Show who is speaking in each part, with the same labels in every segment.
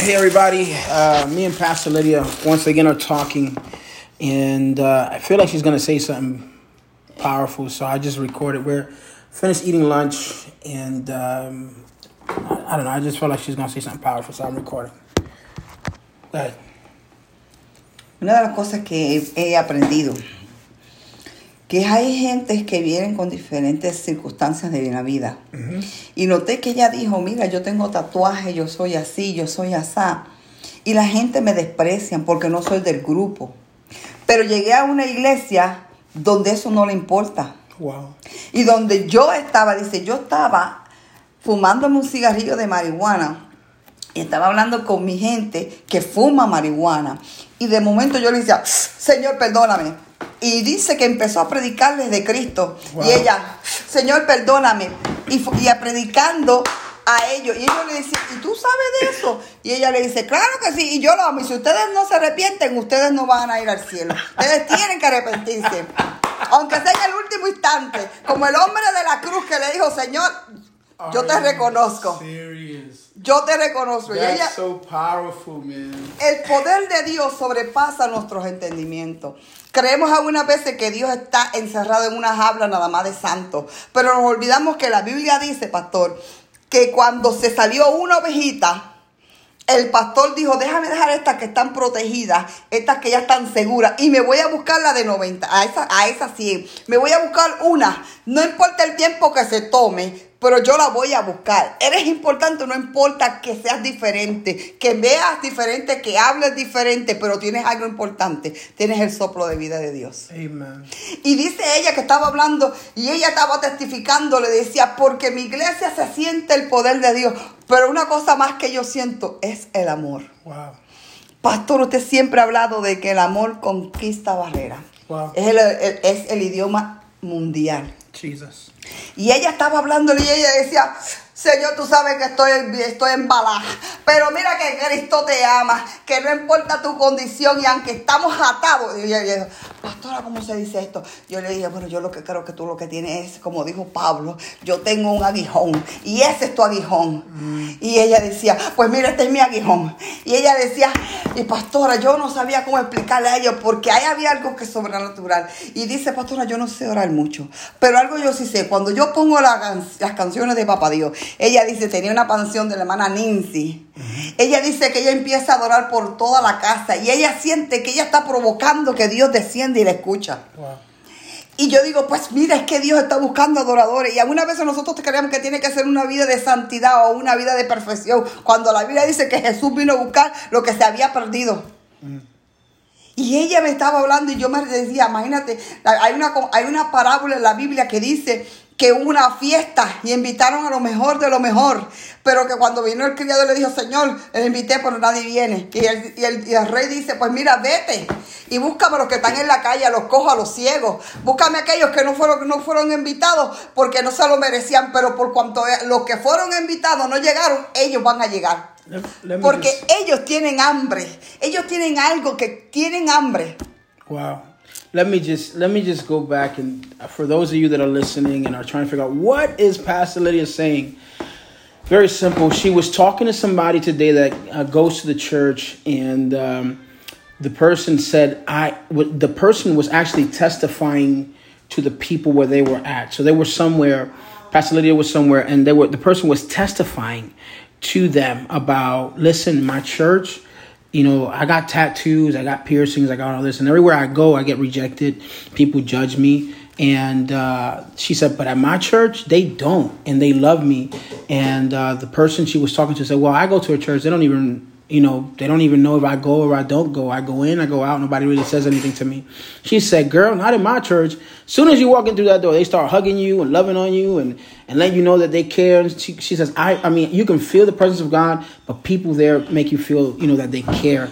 Speaker 1: Hey, everybody. Uh, me and Pastor Lydia once again are talking, and uh, I feel like she's going to say something powerful, so I just recorded. We're finished eating lunch, and um, I, I don't know. I just felt like she's going to say something powerful, so I'm recording. Go ahead.
Speaker 2: Una de las cosas que he aprendido, que hay gente que vienen con diferentes circunstancias de la vida. Y noté que ella dijo, mira, yo tengo tatuaje, yo soy así, yo soy asá. Y la gente me desprecian porque no soy del grupo. Pero llegué a una iglesia donde eso no le importa.
Speaker 1: Wow.
Speaker 2: Y donde yo estaba, dice, yo estaba fumándome un cigarrillo de marihuana y estaba hablando con mi gente que fuma marihuana. Y de momento yo le decía, Señor, perdóname. Y dice que empezó a predicarles de Cristo.
Speaker 1: Wow.
Speaker 2: Y ella, Señor, perdóname. Y, fu- y a predicando a ellos. Y ellos le decían, ¿y tú sabes de eso? Y ella le dice, claro que sí. Y yo lo amo. Y si ustedes no se arrepienten, ustedes no van a ir al cielo. Ustedes tienen que arrepentirse. Aunque sea en el último instante. Como el hombre de la cruz que le dijo, Señor, yo te
Speaker 1: Are you
Speaker 2: reconozco.
Speaker 1: Serious.
Speaker 2: Yo te reconozco. Y ella,
Speaker 1: That's so powerful, man.
Speaker 2: el poder de Dios sobrepasa nuestros entendimientos. Creemos algunas veces que Dios está encerrado en una jaula nada más de santos, pero nos olvidamos que la Biblia dice, pastor, que cuando se salió una ovejita, el pastor dijo, déjame dejar estas que están protegidas, estas que ya están seguras, y me voy a buscar la de 90, a esa, a esa 100. Me voy a buscar una, no importa el tiempo que se tome, pero yo la voy a buscar. Eres importante, no importa que seas diferente, que veas diferente, que hables diferente, pero tienes algo importante, tienes el soplo de vida de Dios.
Speaker 1: Amen.
Speaker 2: Y dice ella que estaba hablando y ella estaba testificando, le decía, porque mi iglesia se siente el poder de Dios, pero una cosa más que yo siento es el amor.
Speaker 1: Wow.
Speaker 2: Pastor, usted siempre ha hablado de que el amor conquista barreras.
Speaker 1: Wow.
Speaker 2: Es el, el- es el idioma mundial.
Speaker 1: Jesus.
Speaker 2: Y ella estaba hablando y ella decía, Señor, tú sabes que estoy, estoy embalada, pero mira que Cristo te ama, que no importa tu condición y aunque estamos atados. Y ella dijo, pastora, ¿cómo se dice esto? Yo le dije, bueno, yo lo que creo que tú lo que tienes es, como dijo Pablo, yo tengo un aguijón y ese es tu aguijón. Y ella decía, pues mira, este es mi aguijón. Y ella decía, y pastora, yo no sabía cómo explicarle a ellos porque ahí había algo que es sobrenatural. Y dice, pastora, yo no sé orar mucho, pero algo yo sí sé. Cuando yo pongo la can- las canciones de Papá Dios, ella dice, tenía una canción de la hermana Nancy. Ella dice que ella empieza a adorar por toda la casa y ella siente que ella está provocando que Dios desciende y la escucha.
Speaker 1: Wow.
Speaker 2: Y yo digo, pues mira, es que Dios está buscando adoradores. Y algunas veces nosotros creemos que tiene que ser una vida de santidad o una vida de perfección. Cuando la Biblia dice que Jesús vino a buscar lo que se había perdido. Y ella me estaba hablando y yo me decía, imagínate, la- hay una, co- hay una parábola en la Biblia que dice que hubo una fiesta y invitaron a lo mejor de lo mejor, pero que cuando vino el criado le dijo, Señor, le invité, pero nadie viene. Y el, y el- y el rey dice, pues mira, vete y búscame a los que están en la calle, a los cojos, a los ciegos, búscame a aquellos que no fueron, no fueron invitados porque no se lo merecían, pero por cuanto los que fueron invitados no llegaron, ellos van a llegar.
Speaker 1: Let, let me
Speaker 2: Porque
Speaker 1: just-
Speaker 2: ellos tienen hambre. Ellos tienen algo que tienen hambre.
Speaker 1: Wow. Let me just let me just go back and uh, for those of you that are listening and are trying to figure out what is Pastor Lydia saying. Very simple. She was talking to somebody today that uh, goes to the church, and um, the person said, "I." w- The person was actually testifying to the people where they were at. So they were somewhere. Pastor Lydia was somewhere, and they were. The person was testifying to them about, "Listen, my church." you know, I got tattoos, I got piercings, I got all this, and everywhere I go, I get rejected. People judge me, and uh, she said, "But at my church, they don't, and they love me." And uh, the person she was talking to said, "Well, I go to a church; they don't even, you know, they don't even know if I go or I don't go. I go in, I go out. Nobody really says anything to me." She said, "Girl, not in my church. soon as you walk in through that door, they start hugging you and loving on you, and and let you know that they care." And she, she says, "I, I mean, you can feel the presence of God, but people there make you feel, you know, that they care."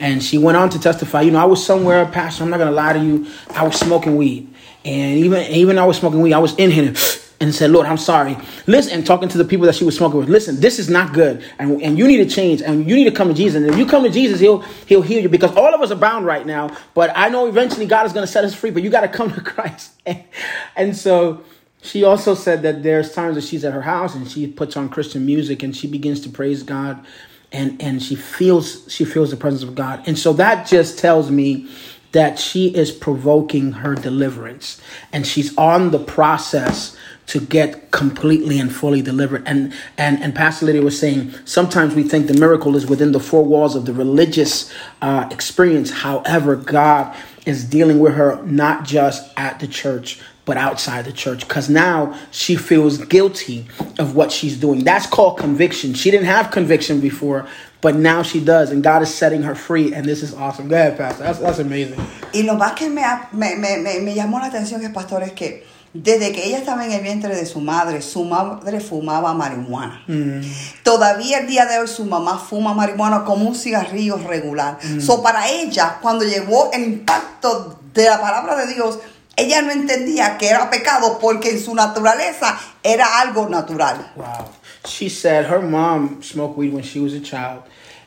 Speaker 1: And she went on to testify, you know, I was somewhere, Pastor. I'm not gonna lie to you. I was smoking weed, and even even I was smoking weed. I was inhaling. And said, Lord, I'm sorry. Listen, and talking to the people that she was smoking with. Listen, this is not good, and, and you need to change, and you need to come to Jesus. And if you come to Jesus, he'll he'll heal you because all of us are bound right now. But I know eventually God is going to set us free. But you got to come to Christ. and so she also said that there's times that she's at her house and she puts on Christian music and she begins to praise God and and she feels she feels the presence of God. And so that just tells me that she is provoking her deliverance and she's on the process to get completely and fully delivered and and and pastor Lydia was saying sometimes we think the miracle is within the four walls of the religious uh, experience however god is dealing with her not just at the church but outside the church because now she feels guilty of what she's doing that's called conviction she didn't have conviction before but now she does and god is setting her free and this is awesome go ahead pastor that's, that's amazing
Speaker 2: Y lo más que me, ha- me, me- me- me llamó la atención es, pastor, es que desde que ella estaba en el vientre de su madre, su madre fumaba marihuana.
Speaker 1: Mm.
Speaker 2: Todavía el día de hoy su mamá fuma marihuana como un cigarrillo regular.
Speaker 1: Mm.
Speaker 2: So, para ella, cuando llegó el impacto de la palabra de Dios, ella no entendía que era pecado porque en su naturaleza era algo natural.
Speaker 1: Wow. She said her mom smoked weed when she was a child.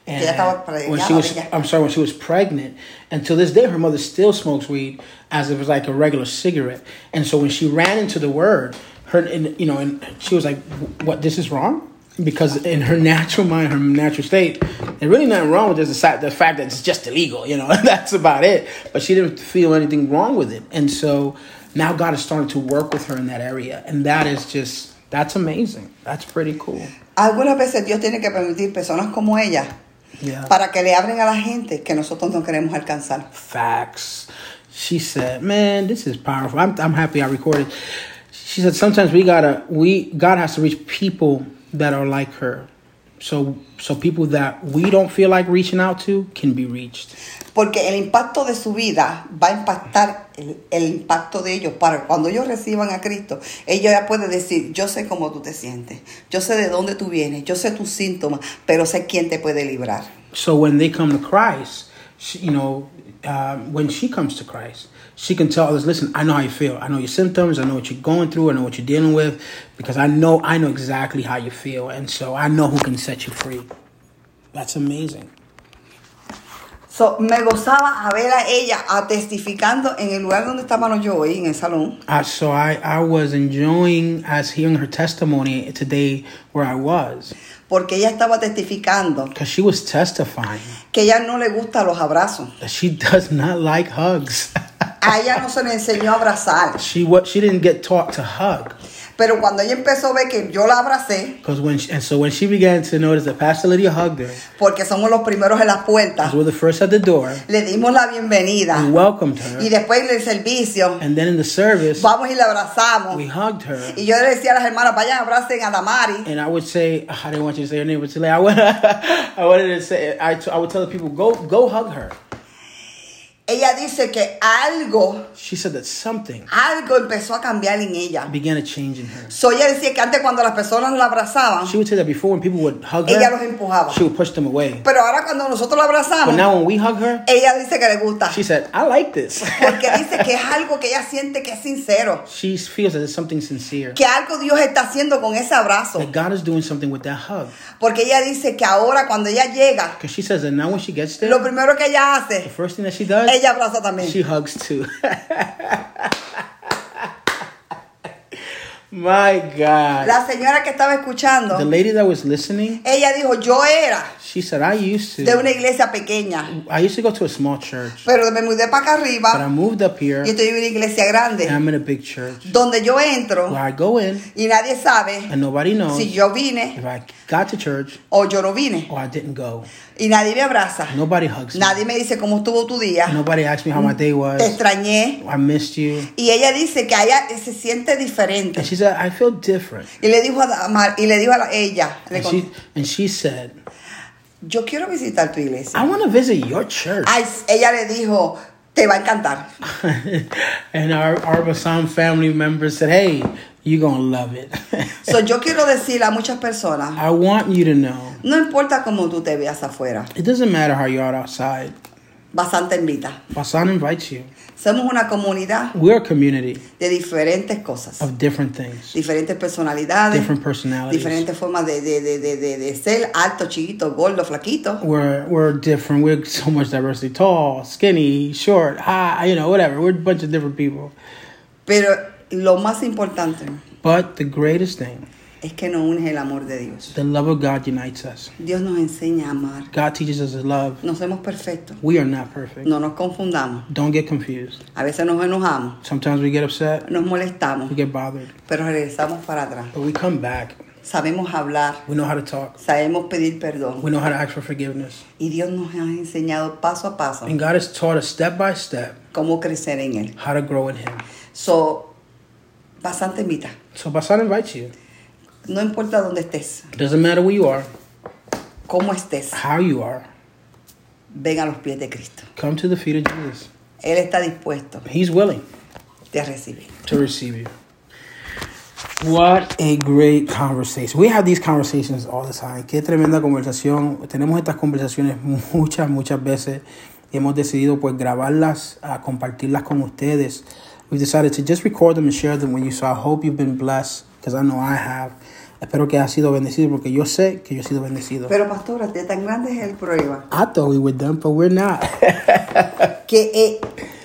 Speaker 1: And
Speaker 2: Ya estaba pregnada
Speaker 1: when she was,
Speaker 2: ella.
Speaker 1: I'm sorry, when she was pregnant, and to this day, her mother still smokes weed as if it was like a regular cigarette. And so when she ran into the word, her, and, you know, and she was like, "What? This is wrong." Because in her natural mind, her natural state, there's really nothing wrong with this. The fact, the fact that it's just illegal, you know, that's about it. But she didn't feel anything wrong with it, and so now God is starting to work with her in that area, and that is just that's amazing. That's pretty cool.
Speaker 2: Algunas veces Dios tiene que permitir personas como ella
Speaker 1: Yeah.
Speaker 2: para que le abren a la gente que nosotros no queremos alcanzar.
Speaker 1: Facts. She said, "Man, this is powerful. I'm I'm happy I recorded." She said, "Sometimes we gotta we God has to reach people that are like her." So so people that we don't feel like reaching out to can be reached.
Speaker 2: Porque el impacto de su vida va a impactar el, el impacto de ellos. Para cuando ellos reciban a Cristo, ellos ya pueden decir, yo sé cómo tú te sientes, yo sé de dónde tú vienes, yo sé tus síntomas, pero sé quién te puede librar.
Speaker 1: So when they come to Christ, she, you know, uh, when she comes to Christ, she can tell others, "Listen, I know how you feel. I know your symptoms. I know what you're going through. I know what you're dealing with, because I know I know exactly how you feel, and so I know who can set you free." That's amazing.
Speaker 2: So, me gozaba a ver a ella a testificando en el lugar donde estábamos yo hoy, en el salón.
Speaker 1: I, so I, I was enjoying as hearing her testimony today where I was
Speaker 2: Porque ella estaba testificando
Speaker 1: because she was testifying
Speaker 2: que ella no le gusta los abrazos.
Speaker 1: that she does not like hugs.
Speaker 2: A ella no se le enseñó a abrazar.
Speaker 1: she what she didn't get taught to hug
Speaker 2: Pero cuando ella empezó a ver que yo la abracé,
Speaker 1: because when she, and so when she began to notice that Pastor Lydia hugged her,
Speaker 2: porque somos los primeros en las puertas,
Speaker 1: 'cause we're the first at the door,
Speaker 2: Le dimos la bienvenida
Speaker 1: we welcomed
Speaker 2: y
Speaker 1: her,
Speaker 2: después en el servicio
Speaker 1: and then in the service
Speaker 2: vamos y la abrazamos.
Speaker 1: we hugged her.
Speaker 2: Y yo le decía a las hermanas, vayan, abracen a Damari.
Speaker 1: And I would say I didn't want you to say her name, but today I would I wanted to say I, I would tell the people go go hug her.
Speaker 2: Ella dice que algo,
Speaker 1: She said that something
Speaker 2: algo empezó a cambiar en ella.
Speaker 1: began to change in her.
Speaker 2: So ella decía que antes cuando las personas la abrazaban,
Speaker 1: She would say that before when people would hug
Speaker 2: ella los
Speaker 1: her,
Speaker 2: empujaba.
Speaker 1: she would push them away.
Speaker 2: Pero ahora cuando nosotros la
Speaker 1: But
Speaker 2: abrazamos,
Speaker 1: now when we hug her,
Speaker 2: ella dice que le gusta.
Speaker 1: she said, I like this.
Speaker 2: Porque dice que es algo que ella siente que es sincero.
Speaker 1: she feels that it's something sincere.
Speaker 2: Que algo Dios está haciendo con ese abrazo.
Speaker 1: That God is doing something with that hug.
Speaker 2: Porque ella dice que ahora cuando ella llega,
Speaker 1: Because she says that now when she gets there,
Speaker 2: lo primero que ella
Speaker 1: the
Speaker 2: hace,
Speaker 1: first thing that she does,
Speaker 2: ella abraza también.
Speaker 1: she hugs too. My God.
Speaker 2: La señora que estaba
Speaker 1: The
Speaker 2: escuchando,
Speaker 1: lady that was listening,
Speaker 2: ella dijo, yo era
Speaker 1: she said, I used
Speaker 2: de una
Speaker 1: to.
Speaker 2: iglesia pequeña,
Speaker 1: I used to go to a small church,
Speaker 2: pero me mudé para acá
Speaker 1: but I
Speaker 2: arriba
Speaker 1: moved up here and
Speaker 2: y estoy en una iglesia grande,
Speaker 1: I'm in a big church
Speaker 2: donde yo entro
Speaker 1: where I go in
Speaker 2: y nadie sabe
Speaker 1: and nobody
Speaker 2: si
Speaker 1: knows
Speaker 2: yo vine
Speaker 1: if I got to church
Speaker 2: o yo no vine.
Speaker 1: or Oh, I didn't go.
Speaker 2: Y nadie me abraza,
Speaker 1: Nobody hugs me.
Speaker 2: nadie me dice cómo estuvo tu día,
Speaker 1: Nobody asked me how my day
Speaker 2: te
Speaker 1: was.
Speaker 2: extrañé.
Speaker 1: I missed you.
Speaker 2: Y ella dice que a ella se siente
Speaker 1: And
Speaker 2: diferente.
Speaker 1: she said, I feel different.
Speaker 2: Y le dijo a Damar- y le dijo a la- ella, le
Speaker 1: And
Speaker 2: contó,
Speaker 1: she, and she said,
Speaker 2: yo quiero visitar tu iglesia.
Speaker 1: I want to visit your church.
Speaker 2: Ay, ella le dijo, te va a encantar.
Speaker 1: and our, our Bassam family member said, Hey, you're going to love it.
Speaker 2: So, yo quiero decirle a muchas personas
Speaker 1: I want you to know
Speaker 2: No importa cómo tú te veas afuera,
Speaker 1: it doesn't matter how you are outside.
Speaker 2: bastante invita.
Speaker 1: Bassam invites you.
Speaker 2: Somos una comunidad
Speaker 1: We're a community
Speaker 2: de diferentes cosas,
Speaker 1: of different things,
Speaker 2: diferentes personalidades,
Speaker 1: different personalities.
Speaker 2: diferentes formas de, de, de, de, de- de ser, alto, chiquito, gordo, flaquito.
Speaker 1: We're, we're different. We're so much diversity tall, skinny, short, high, you know, whatever. We're a bunch of different people.
Speaker 2: Pero lo más importante
Speaker 1: But the greatest thing
Speaker 2: es que nos une el amor de Dios.
Speaker 1: The love of God unites us.
Speaker 2: Dios nos enseña a amar.
Speaker 1: God teaches us His love.
Speaker 2: No somos perfectos.
Speaker 1: We are not perfect.
Speaker 2: No nos confundamos.
Speaker 1: Don't get confused.
Speaker 2: A veces nos enojamos,
Speaker 1: Sometimes we get upset,
Speaker 2: nos molestamos,
Speaker 1: we get bothered,
Speaker 2: pero regresamos para atrás.
Speaker 1: but we come back.
Speaker 2: Sabemos hablar,
Speaker 1: We know how to talk.
Speaker 2: sabemos pedir perdón.
Speaker 1: We know how to ask for forgiveness.
Speaker 2: Y Dios nos ha enseñado paso a paso
Speaker 1: And God has taught us step by step
Speaker 2: cómo crecer en Él.
Speaker 1: how to grow in Him.
Speaker 2: So, bastante invita.
Speaker 1: So Basan invites you.
Speaker 2: No importa dónde estés,
Speaker 1: Doesn't matter where you are,
Speaker 2: cómo estés,
Speaker 1: how you are,
Speaker 2: ven a los pies de Cristo.
Speaker 1: come to the feet of Jesus.
Speaker 2: Él está dispuesto
Speaker 1: He's willing
Speaker 2: de recibir.
Speaker 1: to receive you. What a great conversation. We have these conversations all the time. Qué tremenda conversación. Tenemos estas conversaciones muchas, muchas veces. Y hemos decidido pues grabarlas, a compartirlas con ustedes. We've decided to just record them and share them with you. So I hope you've been blessed, because I know I have. Espero que has sido bendecido, porque yo sé que yo he sido bendecido.
Speaker 2: Pero pastora, de tan grande es el problema
Speaker 1: I thought we were done, but we're not.
Speaker 2: que, eh,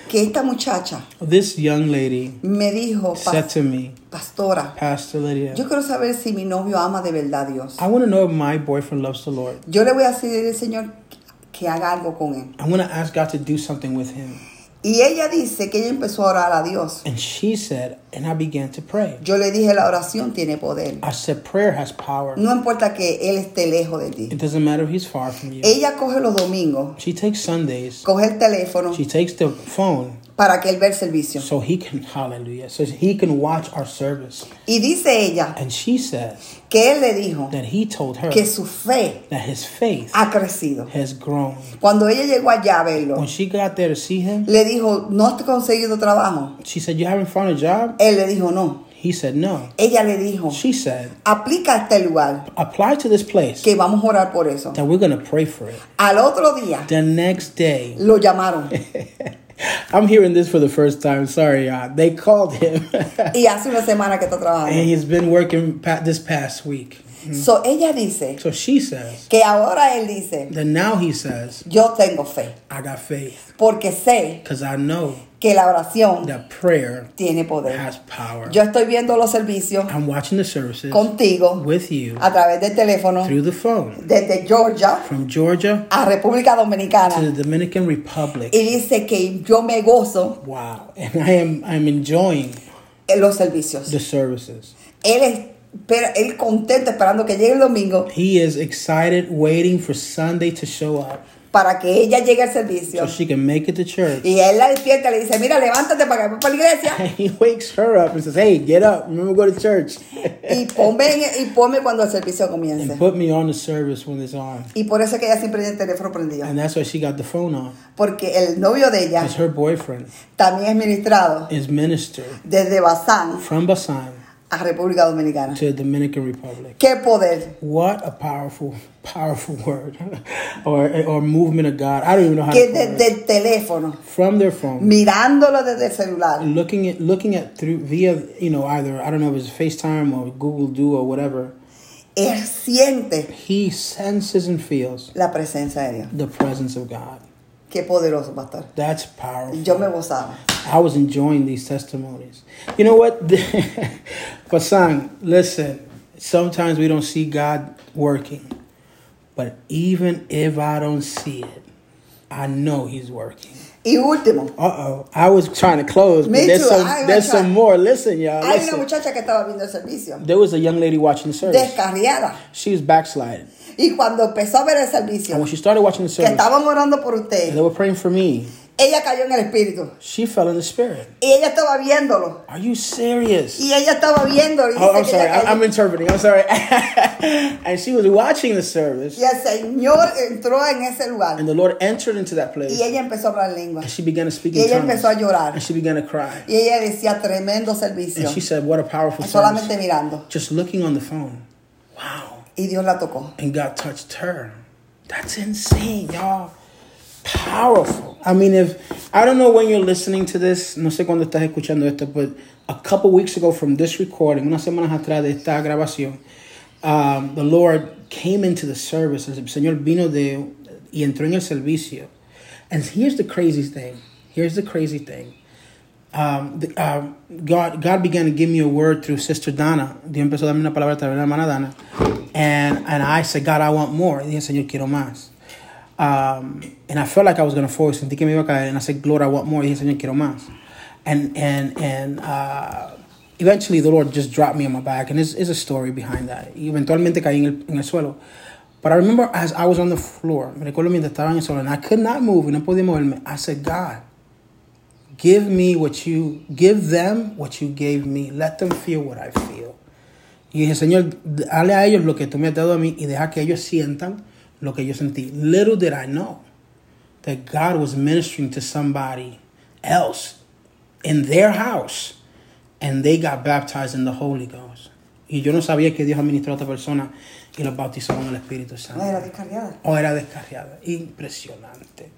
Speaker 2: que esta muchacha
Speaker 1: this young lady
Speaker 2: me dijo, "Pa-
Speaker 1: said to me,
Speaker 2: pastora,
Speaker 1: Pastor Lydia,
Speaker 2: yo quiero saber si mi novio ama de verdad a Dios.
Speaker 1: I want to know if my boyfriend loves the Lord.
Speaker 2: Yo le voy a decir al Señor que haga algo con él.
Speaker 1: I'm gonna ask God to do something with him.
Speaker 2: Y ella dice que ella empezó a orar a Dios.
Speaker 1: And she said, and I began to pray.
Speaker 2: Yo le dije, la oración tiene poder.
Speaker 1: I said, prayer has power.
Speaker 2: No importa que él esté lejos de ti.
Speaker 1: It doesn't matter if he's far from you.
Speaker 2: Ella coge los domingos,
Speaker 1: She takes Sundays.
Speaker 2: coge el teléfono
Speaker 1: She takes the phone
Speaker 2: para que él vea el servicio.
Speaker 1: so he can, hallelujah, so he can watch our service.
Speaker 2: Y dice ella
Speaker 1: And she says
Speaker 2: que él le dijo
Speaker 1: that he told her
Speaker 2: que su fe
Speaker 1: that his faith
Speaker 2: ha crecido.
Speaker 1: has grown.
Speaker 2: Cuando ella llegó allá a verlo,
Speaker 1: When she got there to see him,
Speaker 2: le dijo, ¿no has conseguido trabajo?
Speaker 1: she said, You haven't found a job?
Speaker 2: Él le dijo, no.
Speaker 1: He said, No.
Speaker 2: Ella le dijo,
Speaker 1: She said,
Speaker 2: aplica a este lugar,
Speaker 1: Apply to this place
Speaker 2: que vamos a orar por eso.
Speaker 1: that we're gonna pray for it.
Speaker 2: Al otro día
Speaker 1: The next day,
Speaker 2: lo llamaron
Speaker 1: I'm hearing this for the first time. Sorry, uh, they called him, and
Speaker 2: y hace una semana que está trabajando.
Speaker 1: he's been working pa- this past week.
Speaker 2: So, ella dice
Speaker 1: So she says
Speaker 2: que ahora él dice,
Speaker 1: that now he says,
Speaker 2: yo tengo fe,
Speaker 1: "I got faith
Speaker 2: porque sé
Speaker 1: because I know
Speaker 2: que la oración
Speaker 1: that prayer
Speaker 2: tiene poder.
Speaker 1: has power."
Speaker 2: Yo estoy viendo los servicios
Speaker 1: I'm watching the services
Speaker 2: contigo
Speaker 1: with you
Speaker 2: a través del teléfono
Speaker 1: through the phone
Speaker 2: desde Georgia
Speaker 1: from Georgia
Speaker 2: a República
Speaker 1: to
Speaker 2: Dominicana
Speaker 1: the Dominican Republic.
Speaker 2: y dice que yo me gozo
Speaker 1: Wow, and I am I'm enjoying
Speaker 2: en los servicios.
Speaker 1: the services.
Speaker 2: Él espera, él contento esperando que llegue el domingo
Speaker 1: He is excited, waiting for Sunday to show up
Speaker 2: para que ella llegue al servicio.
Speaker 1: so she can make it to church.
Speaker 2: Y él la despierta y le dice, mira, levántate para que vayamos para la iglesia
Speaker 1: And he wakes her up and says, Hey, get up. Remember, go to church.
Speaker 2: y ponme, en- y ponme cuando el servicio
Speaker 1: and
Speaker 2: comience.
Speaker 1: put me on the service when it's on.
Speaker 2: Y por eso es que ella siempre tiene el teléfono prendido.
Speaker 1: And that's why she got the phone on.
Speaker 2: Porque el novio de ella
Speaker 1: Because her boyfriend
Speaker 2: también es ministrado
Speaker 1: is minister
Speaker 2: desde Bazán
Speaker 1: from Basan
Speaker 2: a República Dominicana.
Speaker 1: to the Dominican Republic.
Speaker 2: ¡Qué poder!
Speaker 1: What a powerful, powerful word or, or movement of God. I don't even know how
Speaker 2: Que
Speaker 1: to call
Speaker 2: desde
Speaker 1: it.
Speaker 2: el teléfono,
Speaker 1: From their phone.
Speaker 2: mirándolo desde el celular,
Speaker 1: Looking at looking at through via you know either I don't know if it's FaceTime or Google Do or whatever
Speaker 2: él siente
Speaker 1: he senses and feels
Speaker 2: la presencia de Dios.
Speaker 1: the presence of God
Speaker 2: ¡Qué poderoso, pastor!
Speaker 1: that's powerful
Speaker 2: Yo me gozaba.
Speaker 1: I was enjoying these testimonies. You know what? Pasang, listen, sometimes we don't see God working, but even if I don't see it, I know He's working.
Speaker 2: Y último,
Speaker 1: Uh oh, I was trying to close, but
Speaker 2: Me
Speaker 1: there's
Speaker 2: too.
Speaker 1: some
Speaker 2: I was
Speaker 1: there's
Speaker 2: trying-
Speaker 1: some more. Listen, y'all.
Speaker 2: hay una
Speaker 1: Listen.
Speaker 2: muchacha que estaba viendo el servicio,
Speaker 1: There was a young lady watching the service.
Speaker 2: descarriada.
Speaker 1: She was backsliding,
Speaker 2: Y cuando empezó a ver el
Speaker 1: and
Speaker 2: servicio,
Speaker 1: when she started watching the
Speaker 2: que
Speaker 1: service,
Speaker 2: estaban orando por
Speaker 1: and
Speaker 2: usted,
Speaker 1: they were praying for me.
Speaker 2: ella cayó en el espíritu.
Speaker 1: She fell in the spirit.
Speaker 2: Y ella estaba viéndolo.
Speaker 1: Are you serious?
Speaker 2: Y ella estaba viendo. Y, dice
Speaker 1: Oh, I'm
Speaker 2: que ella
Speaker 1: sorry. I-
Speaker 2: cayó.
Speaker 1: I'm interpreting. I'm sorry. and she was watching the service,
Speaker 2: y el Señor entró en ese lugar.
Speaker 1: and the Lord entered into that place,
Speaker 2: Y ella empezó a hablar lengua.
Speaker 1: and she began to speak
Speaker 2: Y
Speaker 1: in
Speaker 2: ella
Speaker 1: tongues,
Speaker 2: empezó a llorar.
Speaker 1: and she began to cry,
Speaker 2: Y ella decía, tremendo
Speaker 1: and
Speaker 2: servicio.
Speaker 1: she said, "What a powerful
Speaker 2: Solamente
Speaker 1: service!"
Speaker 2: mirando.
Speaker 1: Just looking on the phone. Wow.
Speaker 2: Y Dios la tocó.
Speaker 1: And God touched her. That's insane, y'all. Powerful. I mean, if I don't know when you're listening to this, no sé cuándo estás escuchando esto, but a couple weeks ago from this recording, unas semanas atrás de esta grabación, um, the Lord came into the service. El Señor vino de y entró en el servicio. And here's the crazy thing. Here's the crazy thing. um, the, um, God, God began to give me a word through Sister Dana. Dios empezó a darme una palabra a través de la hermana Dana. And, and I said, God, I want more. Y dije, Señor, quiero más. Um, and I felt like I was going to fall. Sentí que me iba a caer. And I said, Lord, I want more. Y dije, Señor, quiero más. And, and, and uh, eventually the Lord just dropped me on my back. And there's, there's a story behind that. Y eventualmente caí en el, en el suelo. But I remember as I was on the floor, me recuerdo mientras estaba en el suelo, and I could not move, y no podía moverme. I said, God, give me what you, give them what you gave me. Let them feel what I feel. Y dije, Señor, dale a ellos lo que tú me has dado a mí y deja que ellos sientan lo que yo sentí. Little did I know that God was ministering to somebody else in their house and they got baptized in the Holy Ghost. Y yo no sabía que Dios administró a otra persona y los bautizó con el Espíritu Santo.
Speaker 2: No, era descarriada.
Speaker 1: O Oh, era descarriada. Impresionante.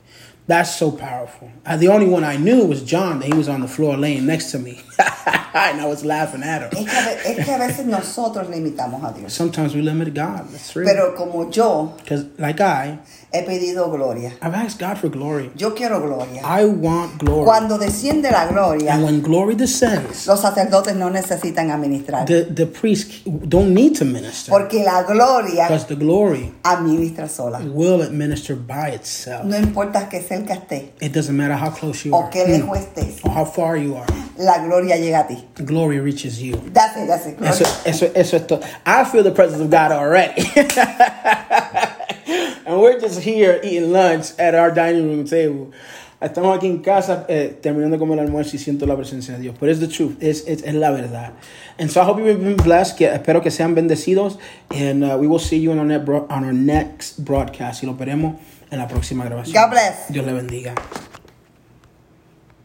Speaker 1: That's so powerful. Uh, the only one I knew was John. That he was on the floor laying next to me. and I was laughing at him.
Speaker 2: Es que, a ve- es que a veces nosotros limitamos a Dios.
Speaker 1: Sometimes we limit God. That's real.
Speaker 2: Pero como yo
Speaker 1: Because, like I,
Speaker 2: he pedido gloria,
Speaker 1: I've asked God for glory.
Speaker 2: yo quiero gloria.
Speaker 1: I want glory.
Speaker 2: Cuando desciende la gloria,
Speaker 1: And when glory descends,
Speaker 2: los sacerdotes no necesitan administrar.
Speaker 1: the, the priests don't need to minister.
Speaker 2: Porque la gloria
Speaker 1: Because the glory
Speaker 2: administra sola.
Speaker 1: will administer by itself.
Speaker 2: No importa que cerca esté
Speaker 1: It doesn't matter how close you
Speaker 2: o
Speaker 1: are
Speaker 2: qué lejos estés,
Speaker 1: or how far you are.
Speaker 2: la gloria llega a ti.
Speaker 1: Glory reaches you.
Speaker 2: That's it, that's it, gloria.
Speaker 1: Eso, eso, eso es todo. I feel the presence of God already. and we're just here eating lunch at our dining room table. Estamos aquí en casa eh, terminando como el almuerzo y siento la presencia de Dios. But it's the truth. It's, it's, es la verdad. And so I hope you've been blessed. Que espero que sean bendecidos. And uh, we will see you on our, net bro- on our next broadcast. Y lo veremos en la próxima grabación.
Speaker 2: God bless.
Speaker 1: Dios le bendiga.